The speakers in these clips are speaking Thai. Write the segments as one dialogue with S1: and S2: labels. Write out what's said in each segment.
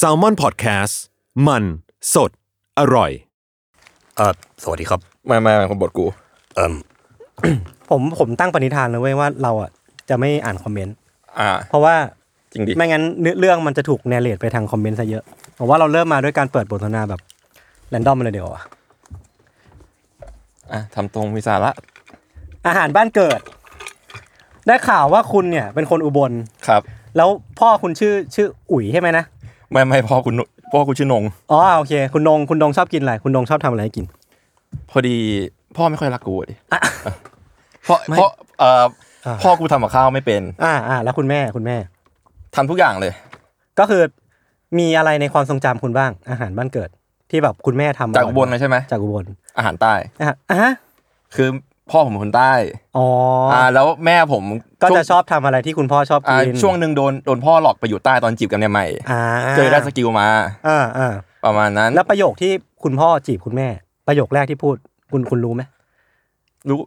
S1: s a l m o n PODCAST มันสดอร่อย
S2: เออสวัสดีครับ
S3: ไม่ไม่ไม่คนบทกู
S2: เอิม
S4: ผมผมตั้งปณิธานเลยเว้ยว่าเราอ่ะจะไม่อ่านคอมเมนต์
S3: อ่า
S4: เพราะว่า
S3: จริงดิ
S4: ไม่งั้นเนื้อเรื่องมันจะถูกแนเรตไปทางคอมเมนต์ซะเยอะผมว่าเราเริ่มมาด้วยการเปิดบทสนทนาแบบแรนดอมเลยเดียวาอ่ะ
S3: อ่ะทำตรงมีสาระ
S4: อาหารบ้านเกิด ได้ข่าวว่าคุณเนี่ยเป็นคนอุบล
S3: ครับ
S4: แล้วพ่อคุณชื่อชื่ออุ๋ยใช่ไหมนะ
S3: ไม่ไม่พ่อคุณพ่อคุณชื่อนง
S4: อ๋อโอเค คุณนงคุณนงชอบกินอะไรคุณนงชอบทำอะไรให้กิน
S3: พอดีพ่อไม่ค่อยรักกูอะดิเพราะเพราะเอ่อ
S4: อ่า
S3: พ่อกูทำกับข้าวไม่เป็น
S4: อ่าอ่าแล้วคุณแม่คุณแม่
S3: ทำทุกอย่างเลย
S4: ก็คือมีอะไรในความทรงจำคุณบ้าง อาหารบ้านเกิด ที่แบบคุณแม่ทำ
S3: จากอุบล
S4: ร่ย
S3: เลยใช่ไหม
S4: จากอุบล
S3: อาหารใต้
S4: อ่ะอ่ะ
S3: คือพ่อผมเป็นคนใต้
S4: อ๋ออ
S3: อ่าแล้วแม่ผม
S4: ก็จะ
S3: วง
S4: ชอบทำอะไรที่คุณพ่อชอบ
S3: อ่า
S4: กิน
S3: ช่วงหนึ่งโดนโดนพ่อหลอกไปอยู่ใต้ตอนจีบกันใหม่
S4: อ่า
S3: ๆเจอได้สกิลมา
S4: อ่าอ่า
S3: ประมาณนั้น
S4: แล้วประโยคที่คุณพ่อจีบคุณแม่ ประโยคแรกที่พูดคุณคุณรู้ไหม
S3: รู้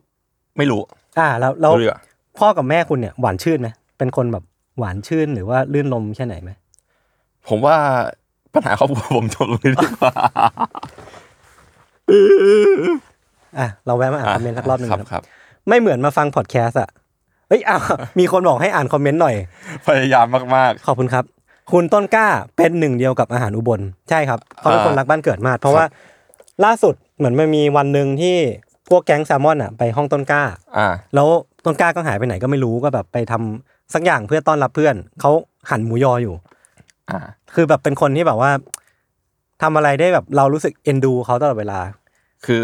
S3: ไม่รู้
S4: อ่า แล้วแล้ว
S3: รู้เรื่อง
S4: พ่อกับแม่คุณเนี่ยหวานชื่นไหมเป็นคนแบบหวานชื่นหรือว่าลื่นลมแค่ไหนไหม
S3: ผมว่าปัญหาครอบครัวผมจบลงเลยดีกว่า
S4: อ่ะเราแวะมาอ่านคอมเมนต์สักรอบหนึ่ง
S3: ครับ
S4: ครับ
S3: ครับ
S4: ไม่เหมือนมาฟังพอดแคสต์อ่ะเอ้ยอ้าว มีคนบอกให้อ่านคอมเมนต์หน่อย
S3: พยายามมาก
S4: ขอบคุณครับ คุณต้นกล้าเป็นหนึ่งเดียวกับอาหารอุบล ใช่ครับเขาเป็น
S3: อ่า
S4: คนรักบ้านเกิดมาก เพราะว่าล่าสุดเหมือนมันมีวันหนึ่งที่พวกแก๊งแซลมอนอ่ะไปห้องต้นกล้า
S3: ๆ อ่า
S4: แล้วต้นกล้าก็หายไปไหนก็ไม่รู้ก็แบบไปทำสักอย่างเพื่อต้อนรับเพื่อนเขาหั่นหมูยออยู่
S3: อ่า
S4: คือแบบเป็นคนที่แบบว่าทำอะไรได้แบบเรารู้สึกเอ็นดูเขาตลอดเวลา
S3: คือ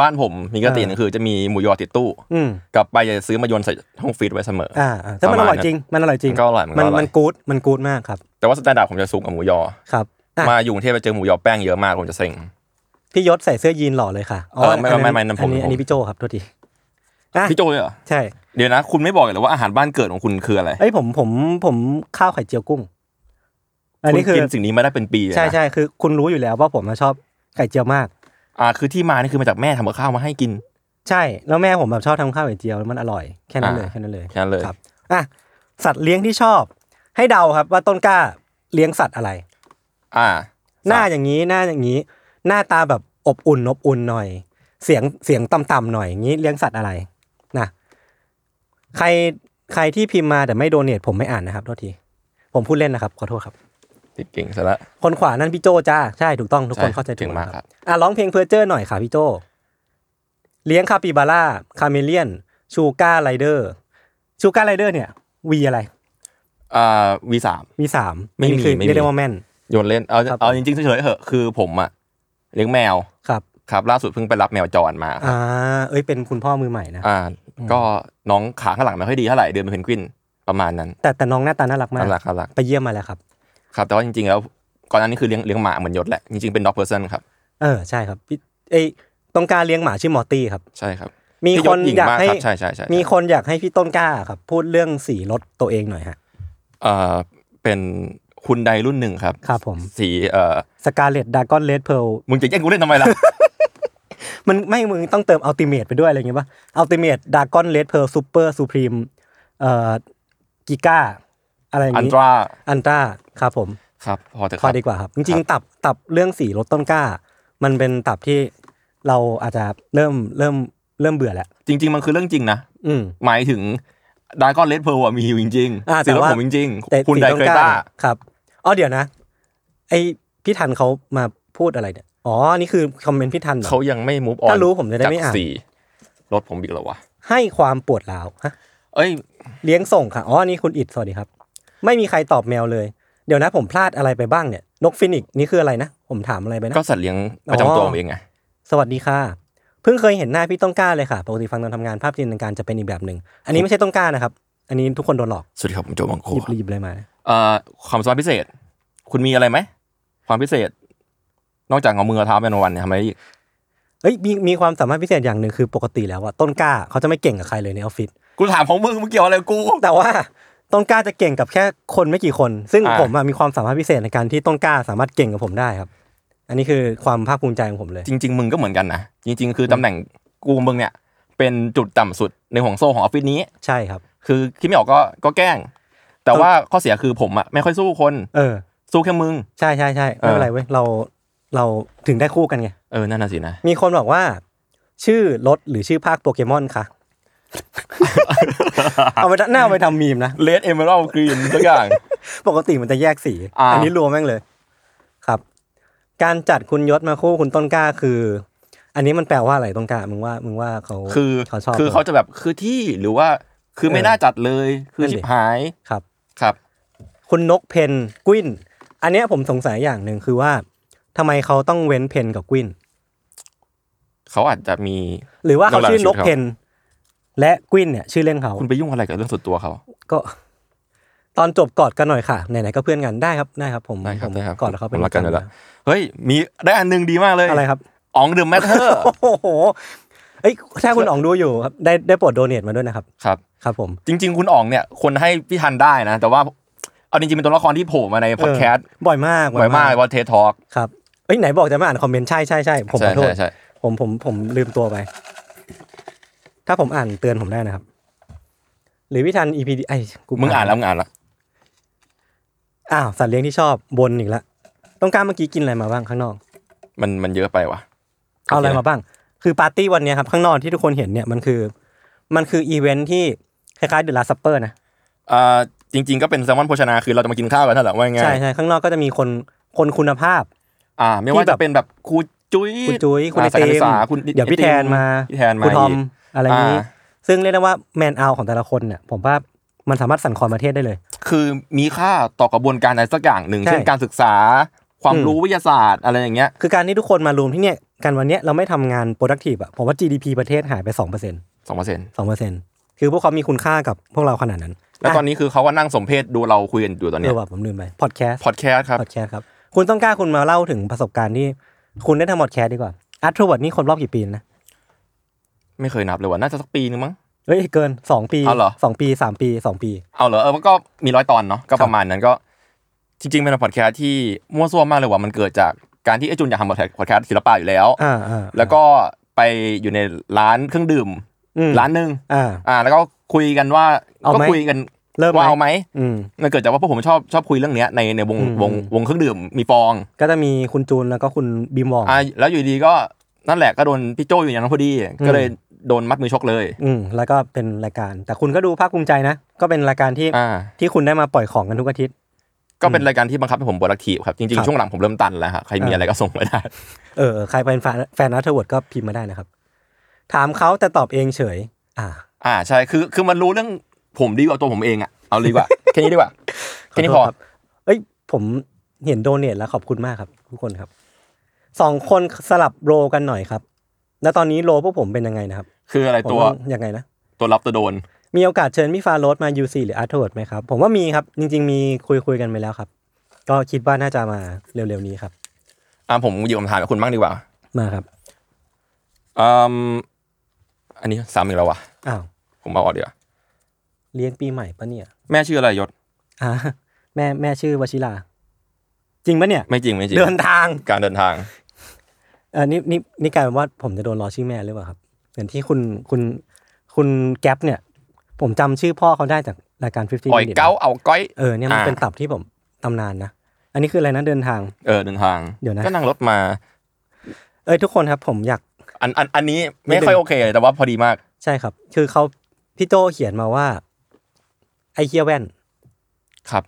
S3: บ้านผมมีกติหนึงคือจะมีหมูยอติดตู้
S4: อืม
S3: กลับไปจะซื้อมาโยนใส่ห้องฟรีดไว้เสมออ
S4: อ่าอ่าแต่มันอร่อยจริง มันอร่อยจริง
S3: มันก็อร่อยมันก็
S4: มัน
S3: อร่อย
S4: มันกู๊ดมันกู๊ดมากครับ
S3: แต่ว่าสแตนดาร์ดผมจะสูงกับหมูยอ
S4: ครับอ่ะ
S3: มาอยู่กรุงเทพไปเจอหมูยอแป้งเยอะมากผมจะเซ็ง
S4: พี่ยศใส่เสื้อยีนหล่อเลยค่ะ
S3: เออไม่ไม่ไม่ไม่นั่นผ
S4: อั
S3: ม
S4: นี้
S3: ผม
S4: อันนี้พี่โจครับโทษทีอ่ะ
S3: พี่โจเลยเหรอ
S4: ใช่
S3: เดี๋ยวนะ คุณไม่บอกเลยเหรอว่าอาหารบ้านเกิดของคุณคืออะไร
S4: เอ้ยผมผมผมข้าวไข่เจียวกุ้ง อัน
S3: คุณ
S4: นี้คือ
S3: กินสิ่งนี้มาได้เป็นปีเลยนะ
S4: ใช่ใช่คือ คุณรู้อยู่แล้วว่าผมอะชอบไข่เจียวมาก
S3: อ่าคือที่มานี่คือมาจากแม่ทำกับข้าวมาให้กิน
S4: ใช่ แล้วแม่ผมแบบชอบทำข้าวไข่เจียวมันอร่อยแค่นั้นเลย
S3: อ่า
S4: แค่นั้นเลย
S3: แค่นั้นเลย
S4: ครับอ่ะสัตว์เลี้ยงที่ชอบ ให้เดาครับว่าต้นกล้าเลี้ยงสัตว์อะไร
S3: อ่า
S4: หน้าอย่างนี้หน้าอย่างนี้ หน้าตาแบบอบอุ่นอบอุ่นหน่อย เสียงเสียงต่ำๆหน่อยอย่างนี้เลี้ยงสัตว์อะไรนะใครใครที่พิมพ์มาแต่ไม่โดเนทผมไม่อ่านนะครับโทษที ผมพูดเล่นนะครับขอโทษครับ
S3: ติดเก่งซะละ
S4: คนขวานั่นพี่โจจ้าใช่ถูกต้องทุกคนเข้าใจถู
S3: เก่
S4: ก
S3: งมาก
S4: นะครับ อ่ะร้องเพลงเพอร์เจอร์หน่อยค่ะพี่โจเลี้ยงคาปิบาร่าคาเมเลียนชูกาไรเดอร์ชูกาไรเดอร์เนี่ยวีอะไร
S3: อ่าวีสาม
S4: วีสาม
S3: ไม่
S4: อัน
S3: มี
S4: นี้คือ
S3: ไม่มี
S4: เรียกได้ว่าแม่น
S3: โยนเล่น เอา
S4: ครับ
S3: เอาจริงๆเฉยๆเหอะคือผมอะเลี้ยงแมว
S4: ครับ
S3: ครับ ล่าสุดเพิ่งไปรับแมวจรมา
S4: อ่าเอ้ยเป็นคุณพ่อมือใหม่นะ
S3: อ่า ก็น้องขาข้างหลังไม่ค่อยดีเท่าไหร่เดินเป็นเพนกวินประมาณนั้น
S4: แต่แต่น้องหน้าตาน่ารักมาก
S3: น่ารักน่ารัก
S4: ไปเยี่ยมมาแล้วครับ
S3: ครับแต่ว่าจริงๆแล้วก่อนหน้านี้คือเลี้ยงเลี้ยงหมาเหมือนยศแหละ จริงๆเป็นด็อกเพอร์เซนครับ
S4: เออใช่ครับพี่เอ้ยต้องการเลี้ยงหมาชื่อมอร์ตี้ครับ
S3: ใช่ครับ
S4: มี
S3: พี่
S4: คน
S3: ศหญิง
S4: อยาก
S3: มาก
S4: ให้
S3: ครับใช่ใช่ใช่
S4: มีคนอยากให้พี่ต้นกล้าครับ พูดเรื่องสีรถตัวเองหน่อยฮะ
S3: เอ่อเป็นคุณใดรุ่นหนึ่งครับ
S4: ครับผม
S3: สีเอ่อ
S4: สกาเลตดากอนเลดเพล
S3: มึงจะแย่งกูเล่นทำไมล่ะ
S4: มันไม่มึงต้องเติมอัลติเม e ไปด้วยอะไรอย่างเงี้ยป่ะอัลติเม e ดากอนเลดเพ r ร์ซูเปอร์ซูพรีมเอ่อกิก้าอะไรอย่าง
S3: อัน
S4: งี้
S3: ตรา
S4: อันตราครับผม
S3: ครับพอเถอะ
S4: พ
S3: ค
S4: อ
S3: รับ
S4: ดีกว่าครับ จ
S3: ค
S4: ริ
S3: รั
S4: ง
S3: บ
S4: ๆ ตับตับเรื่องสีรถต้นกล้า มันเป็นตับที่เราอาจจะเริ่มเริ่มเริ่มเบื่อแล้ว
S3: จริง ๆ มันคือเรื่องจริงนะ
S4: อืม
S3: หมายถึงดาก้อนเลดเพลมีอยู่จริง
S4: อ่า
S3: ๆ
S4: แต่
S3: สีรถ
S4: ว่า
S3: ผมจริง
S4: แต่
S3: ๆคุณ
S4: สี
S3: ได
S4: ต้น
S3: เค
S4: ก
S3: ย
S4: ล้า
S3: ต้า
S4: เนี่ยครับอ๋อเดี๋ยวนะ ไอพี่ทันเขามาพูดอะไรเนี่ยอ๋อนี่คือคอมเมนต์พี่ทันหรอ
S3: เขายังไม่มูฟออน
S4: ก็รู้ผมจะได้ไม่อ่าน
S3: สีรถผมอีกแล้ววะ
S4: ให้ความปวดร้าวฮะ
S3: เอ้ย
S4: เลี้ยงส่งค่ะ อ๋อ นี่คุณอิดสวัสดีครับ ไม่มีใครตอบแมวเลย เดี๋ยวนะผมพลาดอะไรไปบ้างเนี่ย นกฟินิกซ์นี่คืออะไรนะ ผมถามอะไรไปนะ
S3: ก็สัตว์เลี้ยงประจำตัวผมเองไง
S4: สวัสดีค่ะ เพิ่งเคยเห็นหน้าพี่ต้องกล้าเลยค่ะ ปกติฟังตอนทำงานภาพจินตนาการจะเป็นอีกแบบหนึ่ง อันนี้ไม่ใช่ต้องกล้านะครับ อันนี้ทุกคนโดนหลอก
S3: สวัสดีครับผมโจบังโค
S4: หยิบหยิบเลยมา
S3: เอ่อความสามารถพิเศษ คุณมีอะไรไหม ความพิเศษ นอกจากเอามือเอาเท้าเป็นวันเนี่ยทำอะไรอีก
S4: เอ้ยมีมีความสามารถพิเศษอย่างหนึ่งคือปกติแล้วอะต้นกล้าเขาจะไม่เก่งกับใครเลยในออฟฟิศ
S3: กูถามของมึงมึงเกี่ยวอะไรกับกู
S4: แต่ว่าต้นกล้าจะเก่งกับแค่คนไม่กี่คน ซึ่ง
S3: อ่า
S4: ผมอะมีความสามารถพิเศษในการที่ต้นกล้าสามารถเก่งกับผมได้ครับ อันนี้คือความภาคภูมิใจของผมเลย
S3: จริง ๆ มึงก็เหมือนกันนะ จริง ๆ คือตำแหน่งกูมึงเนี่ย เป็นจุดต่ำสุดในห่วงโซ่ของออฟฟิศนี้
S4: ใช่ครับ
S3: คือคิดไม่ออกก็ก็แกล้ง แต่ว่าข้อเสียคือผมอะไม่ค่อยสู้คน
S4: เออ
S3: สู้แค่มึง
S4: ใช่ใช่ใช่ไม่เป็นไรเว้ยเราเราถึงได้คู่กันไง
S3: เออ นั่นน่ะสินะ
S4: มีคนบอกว่า ชื่อรถหรือชื่อภาคโปเกมอน คะเอาไปหน้าเอาไปทำมีมนะ
S3: เลดเอเมอรัลกรีนทุก อย่าง
S4: ปกติมันจะแยกสี
S3: อ่า
S4: อันนี้รวมแม่งเลย ครับ การจัดคุณยศมาคู่คุณต้นกล้าคือ อันนี้มันแปลว่าอะไรต้นกล้ามึงว่ามึงว่าเขา
S3: คือ
S4: เขาชอบ
S3: คือ
S4: หร
S3: เขาจะแบบคือที่หรือว่าคือไม่
S4: เออ
S3: น่าจัดเลยคือ
S4: นั่นดิ
S3: ชิบหาย
S4: ครับ
S3: ครับ
S4: คุณนกเพนกวิน อันเนี้ยผมสงสัยอย่างหนึ่งคือว่าทำไมเขาต้องเว้นเพนกับกวิน
S3: เขาอาจจะมี
S4: หรือว่าเขาชื่อนก
S3: แล้วหลังชื่อเขา
S4: เพนและกวินเนี่ย ชื่อเล่นเขา
S3: คุณไปยุ่งอะไรกับเรื่องส่วนตัวเขา
S4: ก็ ตอนจบกอดกันหน่อยค่ะไหนๆก็เพื่อนกันได้ครับได้ครับผม
S3: ได้ครับ
S4: ผม
S3: ได้ครับ
S4: กอดแล้วเขาเป็น
S3: ผมรักกันอยู่แล้ว เฮ้ย มีได้อันหนึ่งดีมากเลย
S4: อะไรครับ
S3: อ๋องเดอะแมทเทอร์
S4: โอ้โหเอ้ยถ้าคุณอ๋องดูอยู่ครับได้ได้โปรดโดเนทมาด้วยนะครับ
S3: ครับ
S4: ครับผม
S3: จริง ๆ คุณอ๋องเนี่ยคนให้พี่ทันได้นะ แต่ว่าเอาจริงๆเป็นตัวละครที่โผล่มาในพอดแคสต์
S4: เออบ่อยมาก
S3: บ่อยมากวอลเทสทอล์ก
S4: ครับเอ้ยไหนบอกจะมาอ่านคอมเมนต์ใช่ใช่ใช่ผมข
S3: ใช่
S4: อโทษ
S3: ใช่ใช่
S4: ผมผมผมลืมตัวไป ถ้าผมอ่านเตือนผมได้นะครับ หรือวิธัน EP ไอ้กู
S3: มึงอ่านแล้วมึงอ่านแล้ว
S4: อ้าวสัตว์เลี้ยงที่ชอบบนอีกละต้องการเมื่อกี้กินอะไรมาบ้างข้างนอก
S3: มันมันเยอะไปว่ะ
S4: เอาอะไรมาบ้าง คือปาร์ตี้วันเนี้ยครับ ข้างนอกที่ทุกคนเห็นเนี่ยมันคือ มันคืออีเวนท์ที่คล้ายๆเดอะลาซัปเปอร์นะ
S3: อ่าจริง ๆก็เป็นแซลมอนโภชนาคือเราจะมากินข้าวกันนั่นแหละว่าง่า
S4: ใช่
S3: ย
S4: ใช่ข้างนอกก็จะมีคนคนคุณภาพ
S3: อ่า ไม่ว่าจะเป็นแบบครูจุ้ย
S4: คุณจุ้ยคุณไอ
S3: อ่าสา
S4: ติ
S3: ยการศึก
S4: ม
S3: ษาคุณ
S4: เดี๋ยวพี่แทนมา
S3: พี่แทนมา
S4: คุณทอม
S3: อีก
S4: อะไรอย่างนี้
S3: อ่า
S4: ซึ่งเรียกได้ว่าแมนเอาของแต่ละคนเนี่ยผมว่ามันสามารถสั่นคลอนประเทศได้เลย
S3: คือมีค่าต่อกระบวนการอะไรสักอย่างหนึ่ง
S4: ใช่
S3: เช่นการศึกษา ความ
S4: อืม
S3: รู้วิทยาศาสตร์อะไรอย่างเงี้ย
S4: คือการที่ทุกคนมารวมที่เนี่ยกันวันเนี้ยเราไม่ทำงาน productive อะผมว่า GDP ประเทศหายไป 2% 2%
S3: สองเปอร์เซ็นต์
S4: คือพวกเขามีคุณค่ากับพวกเราขนาดนั้น
S3: แล้วตอนนี้คือเขาก็นั่งสมเพศดูเราคุยกันอยู่ตอน
S4: เอ
S3: เนี้ย
S4: อว่ะผมลืมไป podcast
S3: พอดแคสต์ครับ
S4: podcast ครับ คุณต้องกล้าคุณมาเล่าถึงประสบการณ์ที่คุณได้ทำ podcast ดีกว่า Astrovert นี่คนรอบกี่ปีนะ
S3: ไม่เคยนับเลยว่ะน่าจะสักปีนึงมั้ง
S4: เอ้ยเกินสองปี
S3: เอาเหรอ
S4: สองปีสามปีสองปี
S3: เอาเหรอเออมันก็มีร้อยตอนเนาะก็ประมาณนั้นก็จริงๆเป็นพอดแคสต์ที่มั่วซั่วมากเลยว่ะมันเกิดจากการที่ไอจุนอยากทำพอดแคสต์ศิลปะอยู่แล้ว
S4: อ่าอ่า
S3: แล้วก็ไปอยู่ในร้านเครื่องดื่ม
S4: อืม
S3: ร้านหนึ่ง
S4: อ่า
S3: อ่า แล้วก็คุยกันว่า
S4: เอา
S3: ก็
S4: ไหม
S3: คุยกัน
S4: เริ่มไหม
S3: ว่าเอาไหม
S4: อืม
S3: มันเกิดจากว่าพวกผมชอบชอบคุยเรื่องเนี้ยในในวง
S4: อืม
S3: วงวงเครื่องดื่มมีฟอง
S4: ก็จะมีคุณจูนแล้วก็คุณบีมวอง
S3: อ่า แล้วอยู่ดีก็นั่นแหละก็โดนพี่โจอยู่อย่างนั้นพอดี ก็เลยโดนมัดมือชกเลย
S4: อืมแล้วก็เป็นรายการ แต่คุณก็ดูภาคภูมิใจนะ ก็เป็นรายการที่
S3: อ่า
S4: ที่คุณได้มาปล่อยของกันทุกอาทิตย์
S3: ก็เป็นรายการที่บังคับให้ผมโปรดักทีฟครับ จริ
S4: ค
S3: ง
S4: รับ
S3: ๆ ช่วงหลังผมเริ่มตันแล้วฮะใครมีอะไรก็ส่งมาได้
S4: เออใครเป็นแฟนแฟนอาร์ทเวิร์ดก็พิมพ์มาได้นะครับ ถามเขาแต่ตอบเองเฉย อ่า
S3: อ่าใช่คือคือมันรู้เรื่องผมดีกว่าตัวผมเองอ่ะเอาดีกว่า แค่นี้ดีกว่าแค่นี้พอ
S4: ขอโทษครับ เอ้ย ผมเห็นโดเนทแล้วขอบคุณมากครับ ทุกคนครับสองคนสลับโรกันหน่อยครับ แล้วตอนนี้โรพวกผมเป็นยังไงนะครับ
S3: คืออะไร
S4: ผม
S3: ตัว
S4: ต้องยังไงนะ
S3: ตัวรับตัวโดน
S4: มีโอกาสเชิญพี่ฟาโรสมา UC หรือ a r t w o r d ไหมครับ ผมว่ามีครับ จริง ๆ มีคุยคุยๆกันไปแล้วครับ ก็คิดว่าน่าจะมาเร็วๆนี้ครับ
S3: อ่าผมหยิบคำถามจากคุณบ้างดีกว่า
S4: มาครับ
S3: อืมอันนี้ซ้ำอีกแล้ววะ
S4: อ้าว
S3: ผมเอาออกดีกว่า
S4: เลี้ยงปีใหม่ปะเนี่ย
S3: แม่ชื่ออะไรยศ
S4: อ่าแม่แม่ชื่อวชิราจริงปะเนี่ย
S3: ไม่จริงไม่จริง
S4: เดินทาง
S3: การเดินทาง
S4: เออนี่นี่นี่กลายเป็นว่าผมจะโดนล้อชื่อแม่หรือเปล่าครับเหมือนที่คุณคุณคุณแก๊ปเนี่ย ผมจำชื่อพ่อเขาได้จากรายการ50
S3: ปล่อย
S4: Minutes
S3: เก้าเอาก้อย
S4: เออเนี่ยมันเป็น
S3: อ่า
S4: ตับที่ผมตำนานนะอันนี้คืออะไรนะเดินทาง
S3: เออเดินทาง
S4: เดี๋ยวนะ
S3: ก็นั่งรถมา
S4: เอ้ยทุกคนครับ ผมอยาก
S3: อันอันอันนี้ไม่ค่อยโอเคเลยแต่ว่าพอดีมาก
S4: ใช่ครับ คือเขาพี่โจเขียนมาว่า ไอเคียแว่น
S3: ครับ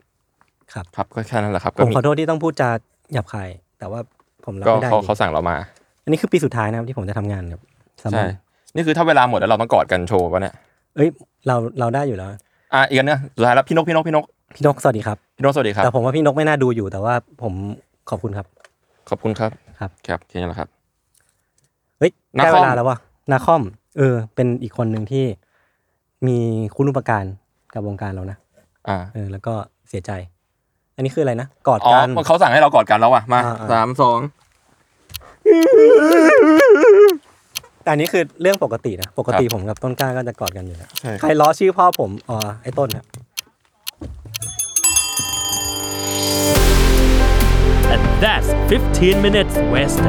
S4: ครับ
S3: ครับก็แค่นั้นแหละครับ
S4: ผ
S3: ก็
S4: ม
S3: มี
S4: ขอโทษที่ต้องพูดจาหยาบคายแต่ว่าผมรับ
S3: ก็
S4: ไม่ได้จริ
S3: เขาเขา
S4: ง
S3: สั่งเรามา
S4: อันนี้คือปีสุดท้ายนะครับที่ผมจะทำงานครับสำหรั
S3: ใช่
S4: บ
S3: นี่คือถ้าเวลาหมดแล้วเราต้องกอดกันโชว์ป่ะเนี่ย
S4: เอ้ย เราเราได้อยู่แล้ว
S3: อ่ะอีกอันเนึงสุดท้ายแล้วพี่นกพี่นกพี่นก
S4: พี่นกสวัสดีครับ
S3: พี่นกสวัสดีครับ
S4: แต่ผมว่าพี่นกไม่น่าดูอยู่แต่ว่าผมขอบคุณครับ
S3: ขอบคุณครับ
S4: ครับ
S3: ครับแค่นี้แหละครับ
S4: เฮ้ย
S3: นาคอม
S4: ได้เวลาแล้วว่ะนาคอม เออ เป็นอีกคนหนึ่งที่มีคุณอุปการ กับวงการเรานะ
S3: อ่า
S4: เออแล้วก็เสียใจ อันนี้คืออะไรนะกอด
S3: อ๋อ
S4: กัน
S3: เขาสั่งให้เรากอดกันแล้วอ่ะมา
S4: อ่าอ่า
S3: สามสอง
S4: แต่อันนี้คือเรื่องปกตินะปกติผมกับต้นกล้าก็จะกอดกันอยู่แล้ว
S3: ใช่
S4: ใครล้อชื่อพ่อผมอ๋อไอ้ต้นครับ
S5: And that's 15 minutes west.